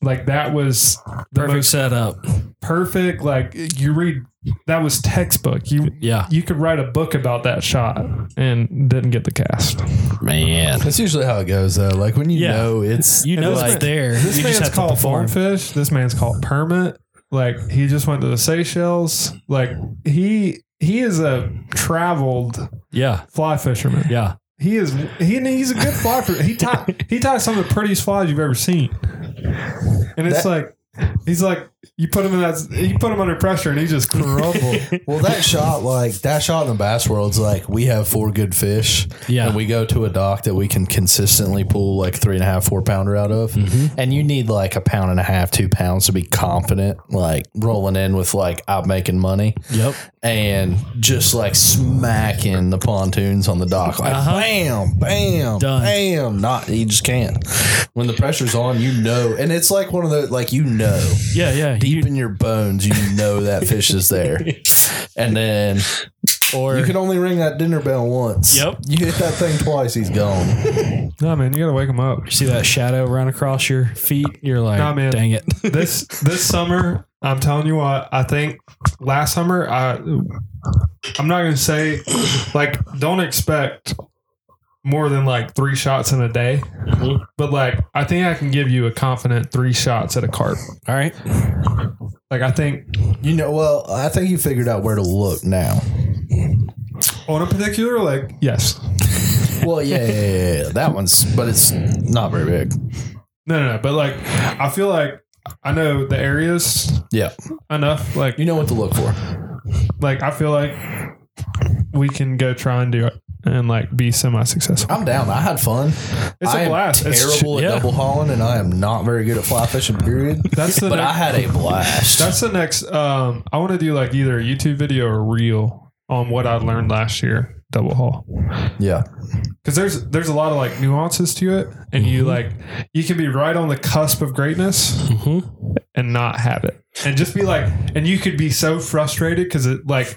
[SPEAKER 2] Like that was the
[SPEAKER 1] Perfect
[SPEAKER 2] most
[SPEAKER 1] setup.
[SPEAKER 2] perfect. Like you read that was textbook. You
[SPEAKER 1] Yeah.
[SPEAKER 2] you could write a book about that shot and didn't get the cast.
[SPEAKER 1] Man.
[SPEAKER 3] that's usually how it goes though. Like when you
[SPEAKER 1] Yeah.
[SPEAKER 3] know it's
[SPEAKER 1] You know it's
[SPEAKER 3] like,
[SPEAKER 1] there.
[SPEAKER 2] This
[SPEAKER 1] you
[SPEAKER 2] man's
[SPEAKER 1] just have to
[SPEAKER 2] called
[SPEAKER 1] perform.
[SPEAKER 2] Farmfish. This man's called Permit. Like he just went to the Seychelles. Like he he is a traveled
[SPEAKER 1] Yeah.
[SPEAKER 2] fly fisherman.
[SPEAKER 1] Yeah.
[SPEAKER 2] He is he and he's a good fly fisherman. He tie he ties some of the prettiest flies you've ever seen. And it's
[SPEAKER 3] That-
[SPEAKER 2] like he's like you put him in that you put him under pressure and he just crumbled.
[SPEAKER 3] Well, that shot, like that shot in the bass world's like we have four good fish.
[SPEAKER 1] Yeah.
[SPEAKER 3] And we go to a dock that we can consistently pull like three and a half, four pounder out of.
[SPEAKER 1] Mm-hmm.
[SPEAKER 3] And you need like a pound and a half, two pounds to be confident, like rolling in with like I'm making money
[SPEAKER 1] Yep.
[SPEAKER 3] and just like smacking the pontoons on the dock. Like bam, bam,
[SPEAKER 1] Uh-huh. Done.
[SPEAKER 3] bam. Not you just can't. When the pressure's on, you know. And it's like one of the like you know
[SPEAKER 1] Yeah. Yeah.
[SPEAKER 3] deep
[SPEAKER 1] You-
[SPEAKER 3] in your bones, you know that fish is there. And then
[SPEAKER 1] or
[SPEAKER 3] you can only ring that dinner bell once.
[SPEAKER 1] Yep.
[SPEAKER 3] You hit that thing twice, he's gone.
[SPEAKER 2] no man, you gotta wake him up.
[SPEAKER 1] see that shadow run across your feet. You're like,
[SPEAKER 2] Nah, man.
[SPEAKER 1] dang it.
[SPEAKER 2] this this summer, I'm telling you what, I think last summer I I'm not gonna say like don't expect more than like three shots in a day.
[SPEAKER 3] Mm-hmm.
[SPEAKER 2] But like I think I can give you a confident three shots at a carp.
[SPEAKER 1] All right.
[SPEAKER 2] Like I think
[SPEAKER 3] You know, well, I think you figured out where to look now.
[SPEAKER 2] on a particular like yes.
[SPEAKER 3] Well, yeah, yeah, yeah, yeah. That one's but it's not very big.
[SPEAKER 2] No no no. But like I feel like I know the areas
[SPEAKER 3] Yeah.
[SPEAKER 2] enough. Like
[SPEAKER 3] You know what to look for.
[SPEAKER 2] like I feel like we can go try and do it and like be semi successful.
[SPEAKER 3] I'm down. I had fun.
[SPEAKER 2] It's a
[SPEAKER 3] I am
[SPEAKER 2] blast. It's
[SPEAKER 3] terrible
[SPEAKER 1] ch-
[SPEAKER 3] at
[SPEAKER 1] yeah.
[SPEAKER 3] double hauling and I am not very good at fly fishing, period.
[SPEAKER 2] That's the
[SPEAKER 3] but
[SPEAKER 2] next-
[SPEAKER 3] I had a blast.
[SPEAKER 2] That's the next. Um, I want to do like either a YouTube video or reel on what I learned last year double haul
[SPEAKER 3] yeah.
[SPEAKER 2] because there's there's a lot of like nuances to it, and you like you can be right on the cusp of greatness
[SPEAKER 1] Mm-hmm.
[SPEAKER 2] and not have it, and just be like, and you could be so frustrated because it like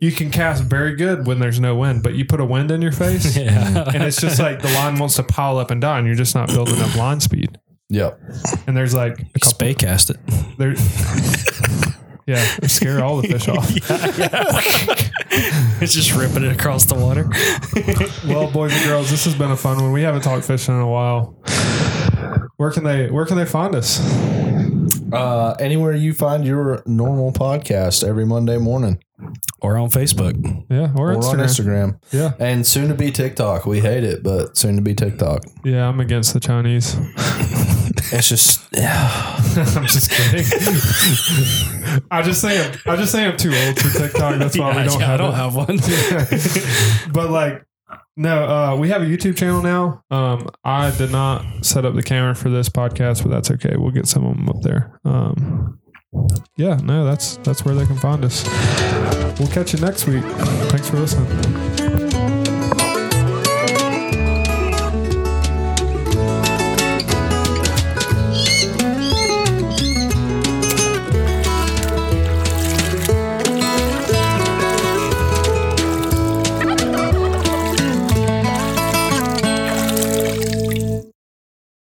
[SPEAKER 2] you can cast very good when there's no wind, but you put a wind in your face.
[SPEAKER 1] Yeah.
[SPEAKER 2] And it's just like the line wants to pile up and die, and you're just not building up line speed.
[SPEAKER 3] Yeah.
[SPEAKER 2] And there's like a couple,
[SPEAKER 1] Spay cast it.
[SPEAKER 2] there, yeah, scare all the fish off.
[SPEAKER 1] It's just ripping it across the water.
[SPEAKER 2] Well, boys and girls, this has been a fun one. We haven't talked fishing in a while. Where can they Where can they find us?
[SPEAKER 3] Uh, anywhere you find your normal podcast every Monday morning
[SPEAKER 1] Or on Facebook.
[SPEAKER 2] Yeah, or,
[SPEAKER 3] or
[SPEAKER 2] Instagram.
[SPEAKER 3] on Instagram.
[SPEAKER 2] Yeah,
[SPEAKER 3] And soon to be TikTok. We hate it, but soon to be TikTok.
[SPEAKER 2] yeah. I'm against the Chinese.
[SPEAKER 3] It's just
[SPEAKER 2] I'm just kidding. I just think I'm, I just think I'm too old for TikTok. That's why we
[SPEAKER 1] Yeah,
[SPEAKER 2] don't
[SPEAKER 1] yeah, I
[SPEAKER 2] have
[SPEAKER 1] don't
[SPEAKER 2] it.
[SPEAKER 1] have one.
[SPEAKER 2] but like no uh we have a youtube channel now um i did not set up the camera for this podcast but that's okay we'll get some of them up there um yeah no that's that's where they can find us we'll catch you next week thanks for listening